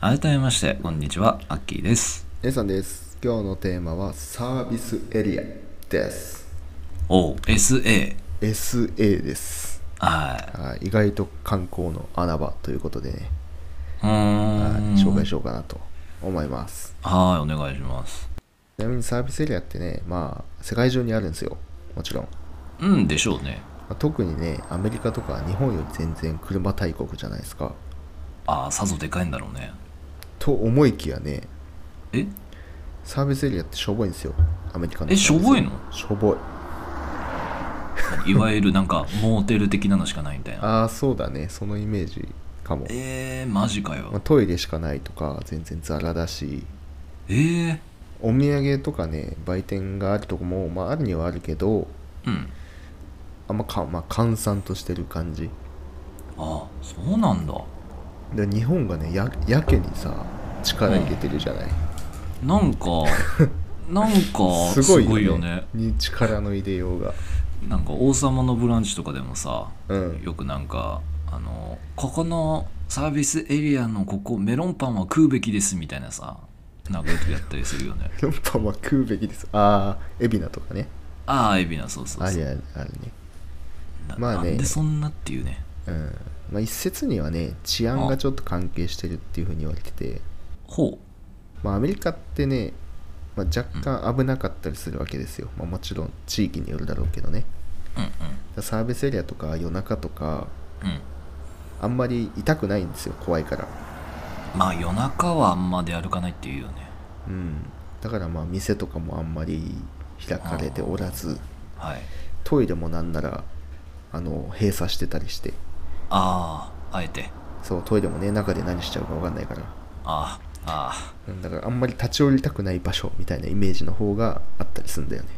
改めましてこんにちはアッキーです姉さんです。今日のテーマはサービスエリアです。おう SA SA です。はいはい意外と観光の穴場ということでね、うはいーん紹介しようかなと思います。はいお願いしますちなみにサービスエリアってね、まあ、世界中にあるんですよ。もちろん。うんでしょうねまあ特にねアメリカとか日本より全然車大国じゃないですかああさぞでかいんだろうねと思いきやねえサービスエリアってしょぼいんですよアメリカのえしょぼいののしょぼいいわゆるなんかモーテル的なのしかないみたいなああそうだねそのイメージかも、えー、マジかまあよトイレしかないとか全然ザラだしえー、お土産とかね売店があるとこも、まあ、あるにはあるけどうんあんまか、まあ、閑散としてる感じあそうなんだで日本がねややけにさ力入れてるじゃない、なん かなんかすごいよねに力の入れようがなんか「王様のブランチ」とかでもさうんよくなんかあのここのサービスエリアのここメロンパンは食うべきですみたいなさなんかよくやったりするよねメロンパンは食うべきです。ああ、海老名とかね。ああエビナそうそうあそうれあるあるね。なまあねなんでそんなっていうねうん。まあ一説にはね、治安がちょっと関係してるっていうふうに言われてて、ほまあアメリカってね、まあ、若干危なかったりするわけですよ。まあもちろん地域によるだろうけどね。ううんサービスエリアとか夜中とか、うんうんあんまり痛くないんですよ、怖いから。まあ夜中はあんまで歩かないっていうよねうん。だからまあ店とかもあんまり開かれておらず、はいトイレもなんなら、あの、閉鎖してたりして。あああえてそうトイレもね中で何しちゃうか分かんないからああああうんだからあんまり立ち寄りたくない場所みたいなイメージの方があったりするんだよね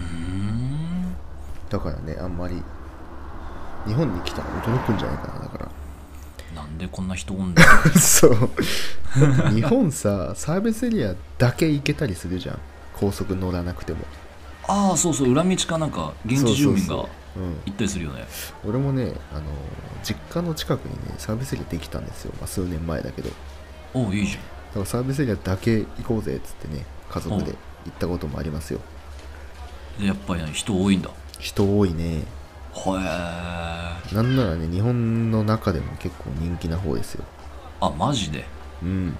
うーんだからねあんまり日本に来たら驚くんじゃないかなだかなんでこんな人おん だら そうだ って日本さサービスエリアだけ行けたりするじゃん高速乗らなくてもああそうそう裏道かなんか現地住民がそう行そうそううんったりするよね俺もねあの実家の近くにねサービスエリアできたんですよ、まあ、数年前だけどだおういいじゃんからサービスエリアだけ行こうぜっつってね家族で行ったこともありますよでやっぱり、ね、人多いんだ人多いねへえあなんならね日本の中でも結構人気な方ですよマジでうん、ま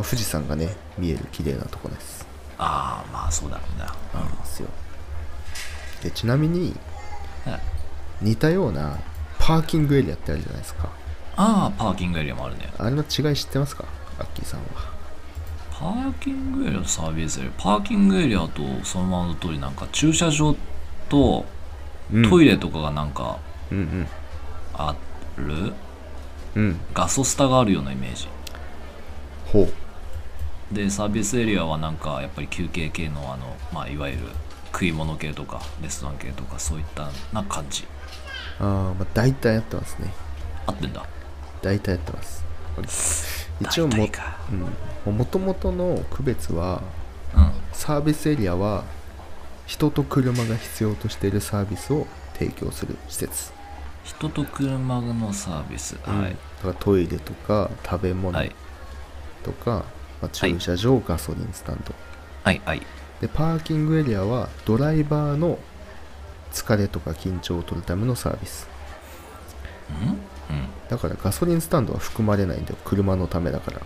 あ富士山がね見える綺麗なとこですああまあそうだろうなありますよでちなみにはい似たようなパーキングエリアってあるじゃないですかああパーキングエリアもあるねあれの違い知ってますかアッキーさんはパーキングエリアとサービスエリアパーキングエリアとそのままの通りなんか駐車場とトイレとかがなんかうんうんある、うんガソスタがあるようなイメージほうでサービスエリアはなんかやっぱり休憩系のあの、まあ、いわゆる食い物系とかレストラン系とかそういったな感じああまあ大体やってますね合ってんだ大体やってます一応大も体かうん、もともとの区別はうんサービスエリアは人と車が必要としているサービスを提供する施設、人と車のサービス、はだいからトイレとか食べ物はいとか、まあ駐車場、ガソリンスタンドはいはいでパーキングエリアはドライバーの疲れとか緊張を取るためのサービスうんうんだからガソリンスタンドは含まれないんだよ車のためだから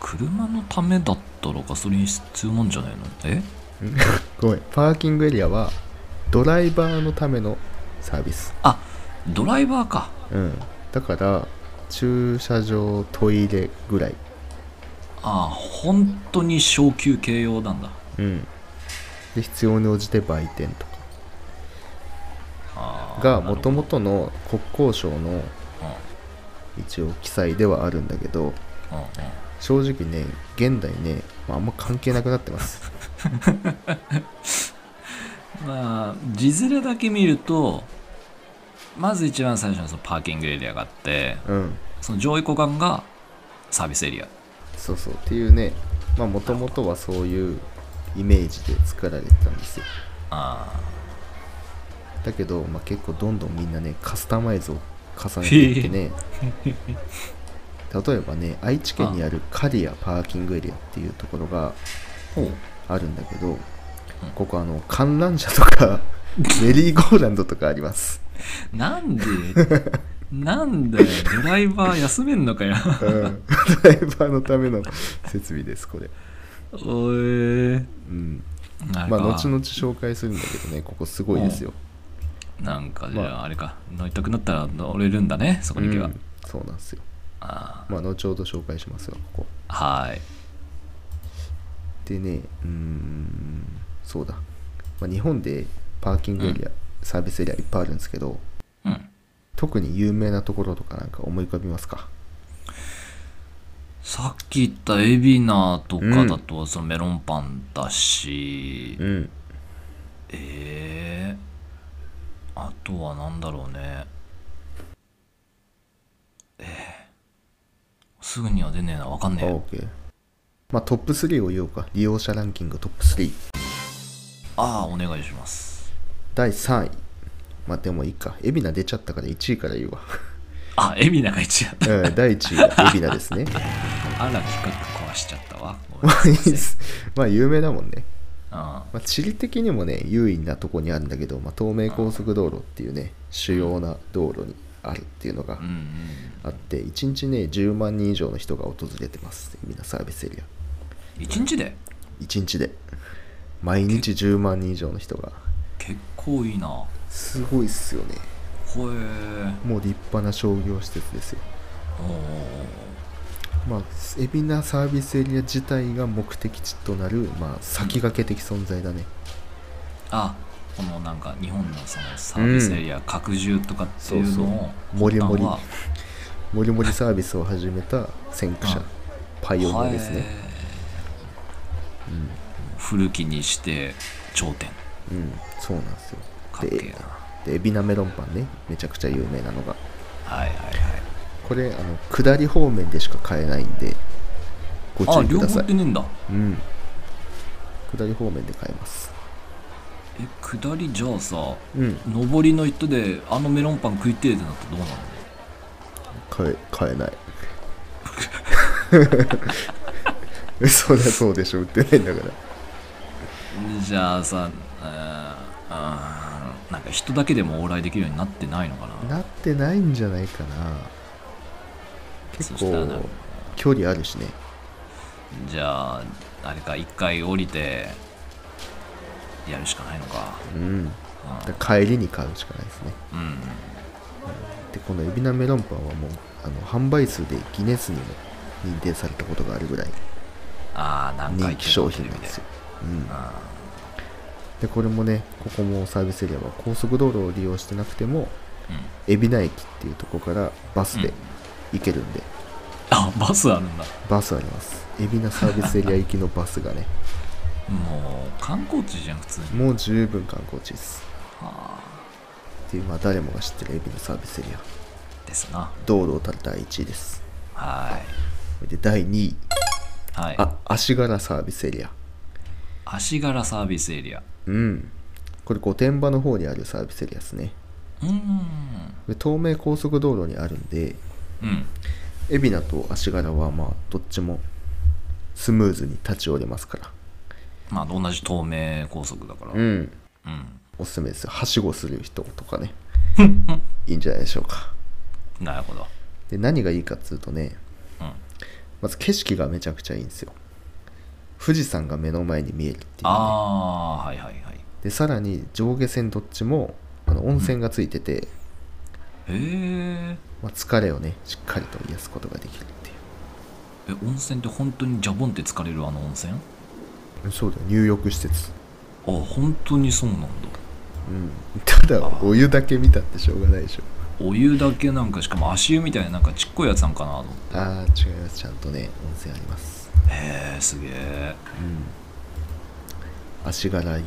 車のためだったらガソリン必要なんじゃないのえごめんパーキングエリアはドライバーのためのサービスあドライバーかうんだから駐車場トイレぐらいああ本当に小休憩用なんだうん、で必要に応じて売店とかがもともとの国交省のうん一応記載ではあるんだけどうんうん正直ね現代ね、まあ、あんま関係なくなってますまあ字面だけ見るとまず一番最初にそのパーキングエリアがあって うんその上位互換がサービスエリアそうそうっていうねまあもともとはそういうイメージで作られてたんですよあだけど、まあ、結構どんどんみんなねカスタマイズを重ねていって ね例えばね愛知県にあるカリアパーキングエリアっていうところがほうあるんだけどここあの観覧車と かメリーゴーランドとかあります、なん でなんだよドライバー休めんのかようん、ドライバーのための設備ですこれ、おえうん、なんか、まあ後々紹介するんだけどねここすごいですよ、なんかじまゃああれか、乗りたくなったら乗れるんだねそこに行けば、うんそうなんですよあまあ後ほど紹介しますよここあはいでねうーんそうだ、まあ、日本でパーキングエリア、サービスエリアいっぱいあるんですけどうん特に有名なところとかなんか思い浮かびますかさっき言ったエビナとかだとそのメロンパンだし、うんええあとは何だろうねええすぐには出ねえなわかんねえ OK まあトップ3を言おうか利用者ランキングトップ3ああお願いします第3位まあでもいいか海老名出ちゃったから1位から言うわ、 あエビナが1位だっうん、第1位が海老名ですねたあら企画壊しちゃったわごめんまなあさいいいですまあ有名だもんね、あまあ、地理的にもね優位なとこにあるんだけど、まあ、東名高速道路っていうね主要な道路にあるっていうのがあうんうんあって1日ね10万人以上の人が訪れてますみんなサービスエリア1日で1日で毎日10万人以上の人が結構いいなほすごいっすよねえー、もう立派な商業施設ですよおーまあ海老名サービスエリア自体が目的地となる、まあ、先駆け的存在だね、あこのなんか日本のそのサービスエリア拡充とかっていうのをそうそう一旦はもりもりもりもりサービスを始めた先駆者うんパイオニアですね、古きにして頂点うんそうなんですよかっけえで海老名メロンパンねめちゃくちゃ有名なのがなはいはいはいこれあの下り方面でしか買えないんでごあ注意両くだ方さっいてねえんだうん下り方面で買えますえ下りじゃあさうん上りの人であのメロンパン食いてえってなったらどうなの買え買えない嘘だそうでしょ売ってないんだからじゃあさうーんうーんなんか人だけでも往来できるようになってないのかななってないんじゃないかな結そしたらな構距離あるしねじゃああれか一回降りてやるしかないのかうんだから帰りに買うしかないですねうん、うん、でこの海老名メロンパンはもうあの販売数でギネスにも認定されたことがあるぐらいああ何人回気商品なんですよ、うん、でこれもねここもサービスエリアは高速道路を利用してなくてもうん、海老名駅っていうとこからバスで行けるんで、あバスあるんだバスあります海老名サービスエリア行きのバスがねもう観光地じゃん普通にもう十分観光地ですあっていうまあ誰もが知ってる海老名サービスエリアーですな道路をたる第1位ですはで第2位いはいあ足柄サービスエリア足柄サービスエリアうんこれ御殿場の方にあるサービスエリアですねうーんで東名高速道路にあるんでうん海老名と足柄はまあどっちもスムーズに立ち寄れますからまあ同じ東名高速だからううんん、おすすめですよはしごする人とかねいいんじゃないでしょうか なるほどで何がいいかっつうとねうんまず景色がめちゃくちゃいいんですよ富士山が目の前に見えるっていう、ね、ああーはいはいはいでさらに上下線どっちもあの温泉がついてて、へえまあ、疲れをねしっかりと癒すことができるっていえ温泉って本当にジャボンって疲れるあの温泉あうそうだよ入浴施設本当にそうなんだうん、 ただお湯だけ見たってしょうがないでしょお湯だけなんかしかも足湯みたいななんかちっこいやつなんかなと思っああ違いますちゃんとね温泉ありますてへえすげえうん足柄湯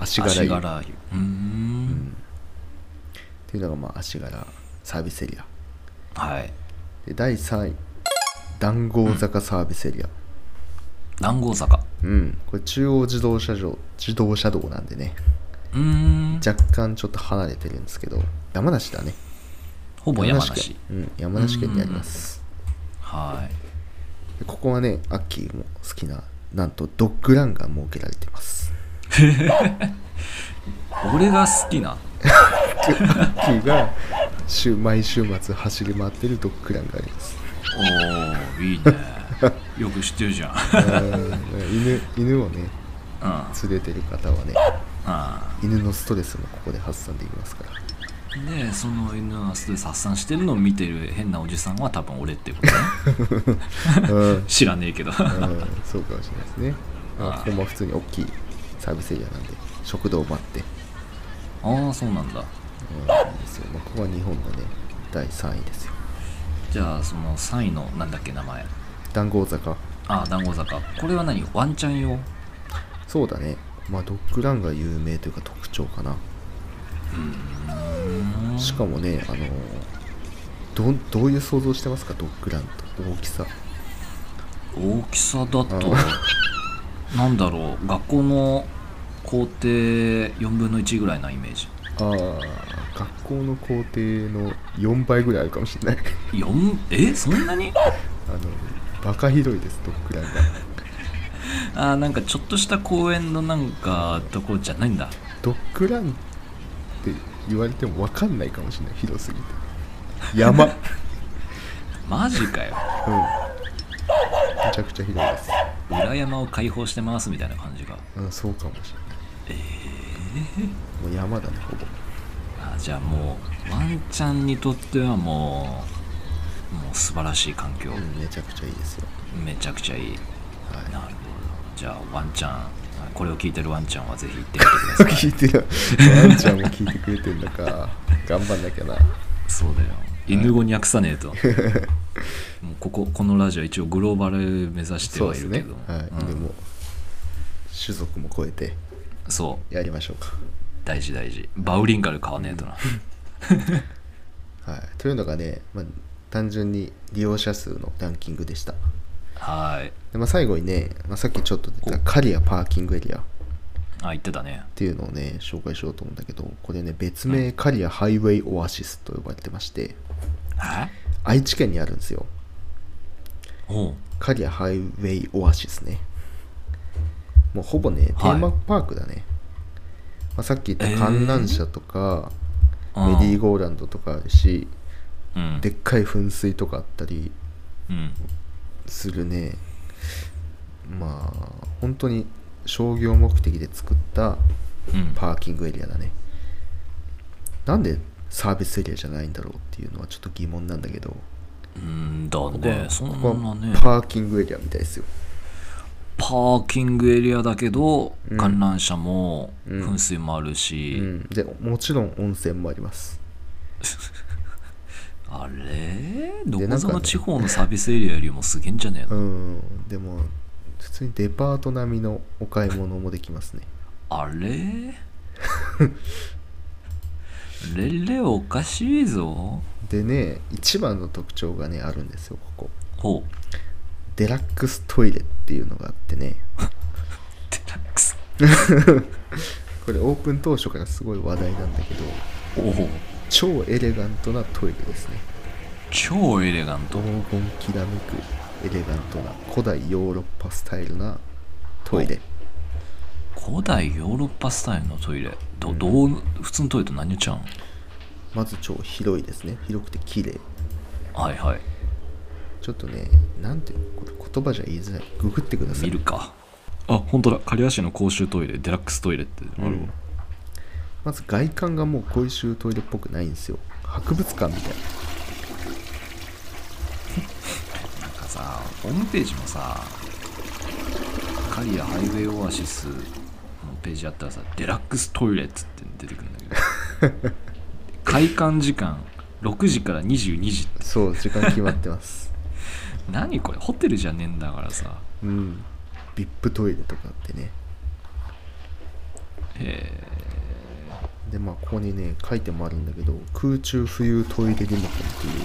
足柄足湯柄湯うーうんん、っていうのがまあ足柄サービスエリアはいで第3位談合坂サービスエリア南郷坂うん、これ中央自動車道自動車道なんでねうーん若干ちょっと離れてるんですけど山梨だねほぼ山梨県うん、山梨県にありますはいでここはねアッキーも好きななんとドッグランが設けられてます俺が好きなアッキーが週毎週末走り回ってるドッグランがありますおおいい ねよく知ってるじゃんあー犬犬をねうんうん連れてる方はね犬のストレスもここで発散できますからでその犬のストレス発散してるのを見てる変なおじさんは多分俺って ことね うん、うん知らねえけど そうかもしれないですねまあここも普通に大きいサービスエリアなんで食堂もあって、ああそうなんだうん、いいですよ、まあ、ここは日本のね第3位ですよじゃあその3位のなんだっけ名前談合坂ああ団子坂これは何ワンちゃん用うんそうだねまあドッグランが有名というか特徴かなしかもねあのどんどういう想像してますかドッグランと大きさ大きさだとうなんだろう学校の校庭4分の1ぐらいなイメージあー学校の校庭の4倍ぐらいあるかもしれない4えそんなにあのバカ広いですドッグランがああなんかちょっとした公園のなんかとこじゃないんだドッグランって言われても分かんないかもしれない広すぎて山うんめマジかよちゃくちゃ広いです、裏山を開放してますみたいな感じがうん、そうかもしれないもう山だねほぼあじゃあもうワンちゃんにとってはもうもう素晴らしい環境、うんめちゃくちゃいいですよめちゃくちゃいいはなるほどじゃあワンちゃんこれを聞いてるワンちゃんはぜひ行ってみてくいださい聞いてよワンちゃんも聞いてくれてんのか頑張んなきゃなそうだよ犬語に訳さね えともうこここのラジオ一応グローバル目指してそうはでいするけねどもはい、うんでも種族も超えてそうやりましょうか大事大事バウリンガル買わねえとなはいというのがね、まあ、単純に利用者数のランキングでしたはいで、まあ、最後にね、まあ、さっきちょっと出たカリアパーキングエリアあ言ってたねっていうのをね紹介しようと思うんだけどこれね別名カリアハイウェイオアシスと呼ばれてましてえ愛知県にあるんですよおうカリアハイウェイオアシスねもうほぼねテはいーマパークだね、まあ、さっき言った観覧車とか、うんメリーゴーランドとかあるしうんでっかい噴水とかあったりうんするねまあ本当に商業目的で作ったうんパーキングエリアだねなんでサービスエリアじゃないんだろうっていうのはちょっと疑問なんだけどうんだここはねそんここなはねパーキングエリアみたいですよパーキングエリアだけど、うん観覧車もうん噴水もあるうし、んでもちろん温泉もありますあれどなこんかぞねの地方のサービスエリアよりもすげえんじゃねえうの、んでも普通にデパート並みのお買い物もできますねあれ レレおかしいぞでね一番の特徴がねあるんですよここほうデラックストイレっていうのがあってねデラックスこれオープン当初からすごい話題なんだけどおお超エレガントなトイレですね超エレガント黄金きらめくエレガントな古代ヨーロッパスタイルなトイレ古代ヨーロッパスタイルのトイレどどう普通のトイレと何ちゃうんまず超広いですね広くて綺麗はいはいちょっとねなんていうのこれ言葉じゃ言いづらいググってくださ見いるかあ本当だ刈谷市の公衆トイレデラックストイレってあるわ、うんまず外観がもうこういう衆トイレっぽくないんですよ博物館みたいなんかさホームページもさカリアハイウェイオアシスのページやったらさデラックストイレットって出てくるんだけど 開館時間6時から22時ってそう時間決まってます 何これホテルじゃねえんだからさうん VIP トイレとかあってねへでまあここにね書いてもあるんだけど空中浮遊トイレリモコンっていうね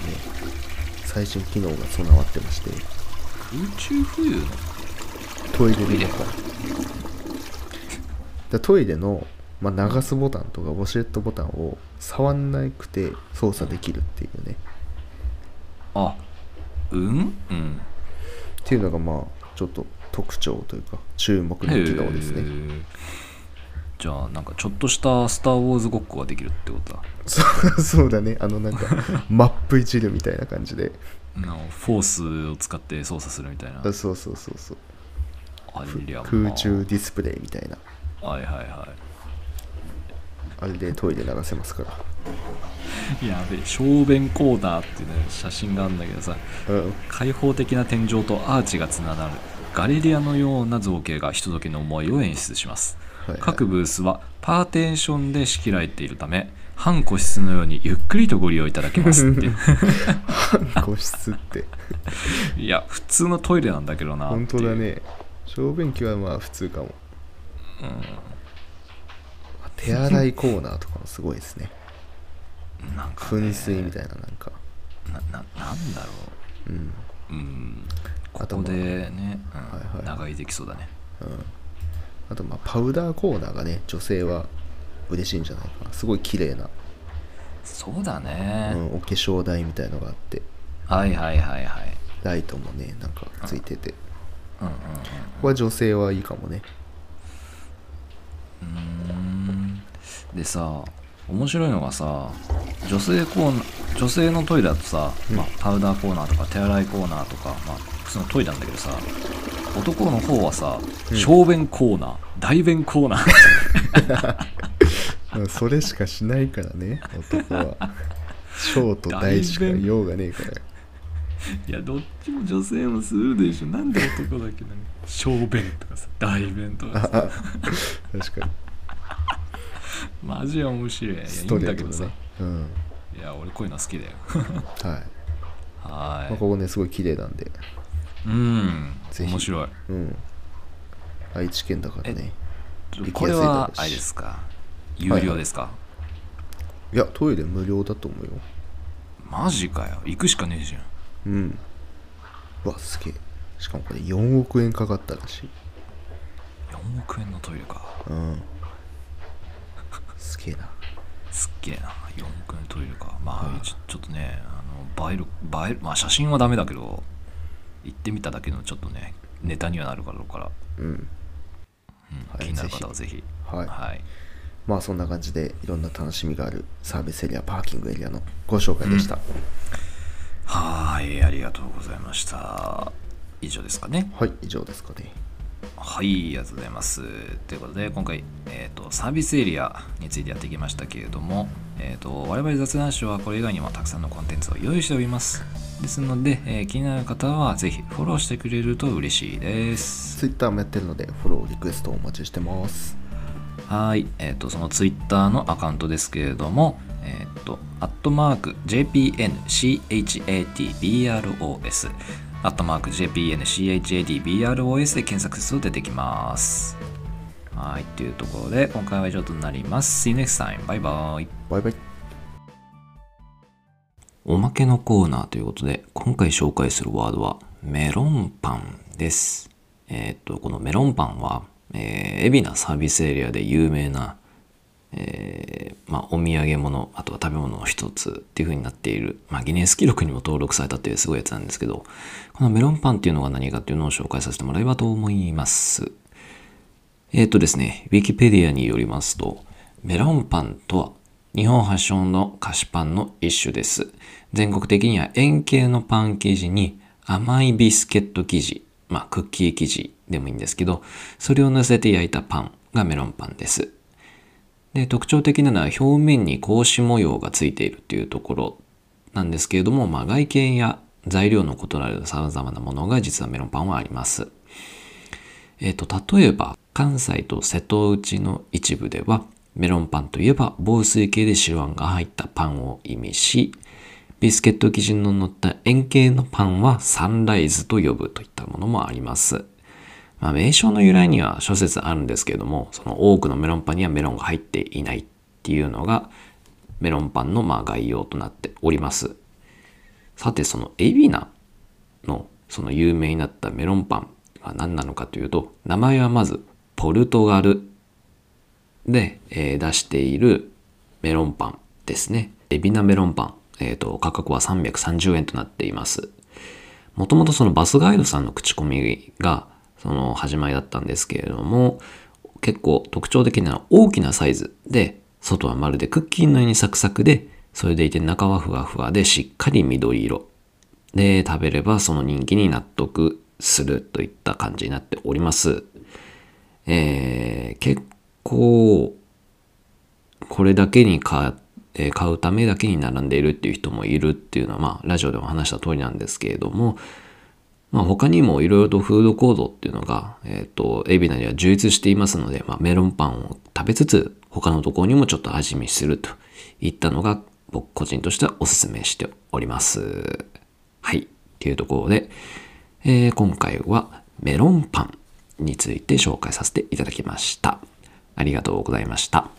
最新機能が備わってましてえ宇宙浮遊のトイレリモコンだトイレの、まあ、流すボタンとかウォシュレットボタンを触んなくて操作できるっていうねあうんうんっていうのがまあちょっと特徴というか注目の機能ですへねーじゃあなんかちょっとした「スター・ウォーズ」ごっこができるってことだそうそうだねあの なんかマップいじるみたいな感じでなフォースを使って操作するみたいなあそうそうそうそうありゃまあ空中ディスプレイみたいなはいはいはあれでトイレ流せますからいやべえ小便コーナーっていうね写真があるんだけどさうん開放的な天井とアーチがつながるガレリアのような造形がひとときの思いを演出しますはいはい各ブースはパーテーションで仕切られているため半個室のようにゆっくりとご利用いただけます って 個室っていや普通のトイレなんだけどなっていう本当だね小便器はまあ普通かも、手洗いコーナーとかもすごいですねなんかね噴水みたいななんかなななんだろうんううんこあとこまあでね、うんはいはい長居できそうだねあとまあパウダーコーナーがね女性は嬉しいんじゃないかなすごい綺麗な、そうだうね、ん、お化粧台みたいのがあってはいはいはいはいライトもねなんかついててこうんうんこは女性はいいかもねうんうーんでさ面白いのがさ女性コーナー女性のトイレだとさ、まあ、パウダーコーナーとか手洗いコーナーとか、まあ、普通のトイレなんだけどさ男の方はさ、小便コーナー大便コーナー うんそれしかしないからね男 は小と大しか用がねえからいやどっちも女性もするでしょなんで男だけなの小便とかさ大便とかさ ああ確かにマジ面白いいやいスいトんレだーけトどでさねうんいや俺こういうの好きだよはいはまあ、ここねすごい綺麗なんで、いうんぜひ面白いうん、愛知県だからね行きやすいこれはだろうしあれですか有料ですか、いやトイレ無料だと思うよマジかよ行くしかねえじゃんうんうわすげえしかもこれ4億円かかったらしい4億円のトイレかうんすげえなすっげえな4億円のトイレかまあちょちょっとねあの映える映えるまあ写真はダメだけど行ってみただけのちょっとねネタにはなるからから、うんうんはい気になる方はぜひはいはい、まあそんな感じでいろんな楽しみがあるサービスエリアパーキングエリアのご紹介でした、はーいありがとうございました以上ですかねはい以上ですかねはい、ありがとうございます。ということで、今回、えーと、サービスエリアについてやってきましたけれども、えーと、我々雑談師はこれ以外にもたくさんのコンテンツを用意しております。ですので、えー気になる方はぜひフォローしてくれると嬉しいです。 Twitter もやってるのでフォローリクエストお待ちしてますはい、えっ、と、そのツイッターのアカウントですけれども、えっ、と、アットマーク JPNCHATBROS、アットマーク JPNCHATBROS で検索すると出てきます。はい、というところで、今回は以上となります。See you next time. バイバイ。バイバイおまけのコーナーということで、今回紹介するワードは、メロンパンです。えーっと、このメロンパンは、えー、海老名サービスエリアで有名な、えーまあ、お土産物、あとは食べ物の一つっていう風になっている、まあ、ギネス記録にも登録されたっていうすごいやつなんですけど、このメロンパンっていうのが何かっていうのを紹介させてもらえればと思います。えーっ、とですね、ウィキペディアによりますと、メロンパンとは、日本発祥の菓子パンの一種です。全国的には円形のパン生地に甘いビスケット生地、まあクッキー生地でもいいんですけど、それを乗せて焼いたパンがメロンパンです。で、特徴的なのは表面に格子模様がついているというところなんですけれども、まあ外見や材料の異なる様々なものが実はメロンパンはあります。えっ、と、例えば、関西と瀬戸内の一部ではメロンパンといえば防水系で白あんが入ったパンを意味しビスケット生地の乗った円形のパンはサンライズと呼ぶといったものもあります、まあ、名称の由来には諸説あるんですけれどもその多くのメロンパンにはメロンが入っていないっていうのがメロンパンのまあ概要となっておりますさてその海老名のその有名になったメロンパンは何なのかというと名前はまずポルトガルで、えー出しているメロンパンですねエビナメロンパン、えー、と価格は330円となっていますもともとそのバスガイドさんの口コミがその始まりだったんですけれども結構特徴的な大きなサイズで外はまるでクッキーのようにサクサクでそれでいて中はふわふわでしっかり緑色で食べればその人気に納得するといった感じになっておりますえー結構これだけに買,、えー買うためだけに並んでいるっていう人もいるっていうのはまあラジオでも話した通りなんですけれどもまあ他にもいろいろとフードコードっていうのが、えっ、と、海老名には充実していますので、まあメロンパンを食べつつ、他のところにもちょっと味見するといったのが、僕個人としてはお勧めしております。はい。というところで、えー今回はメロンパンについて紹介させていただきました。ありがとうございました。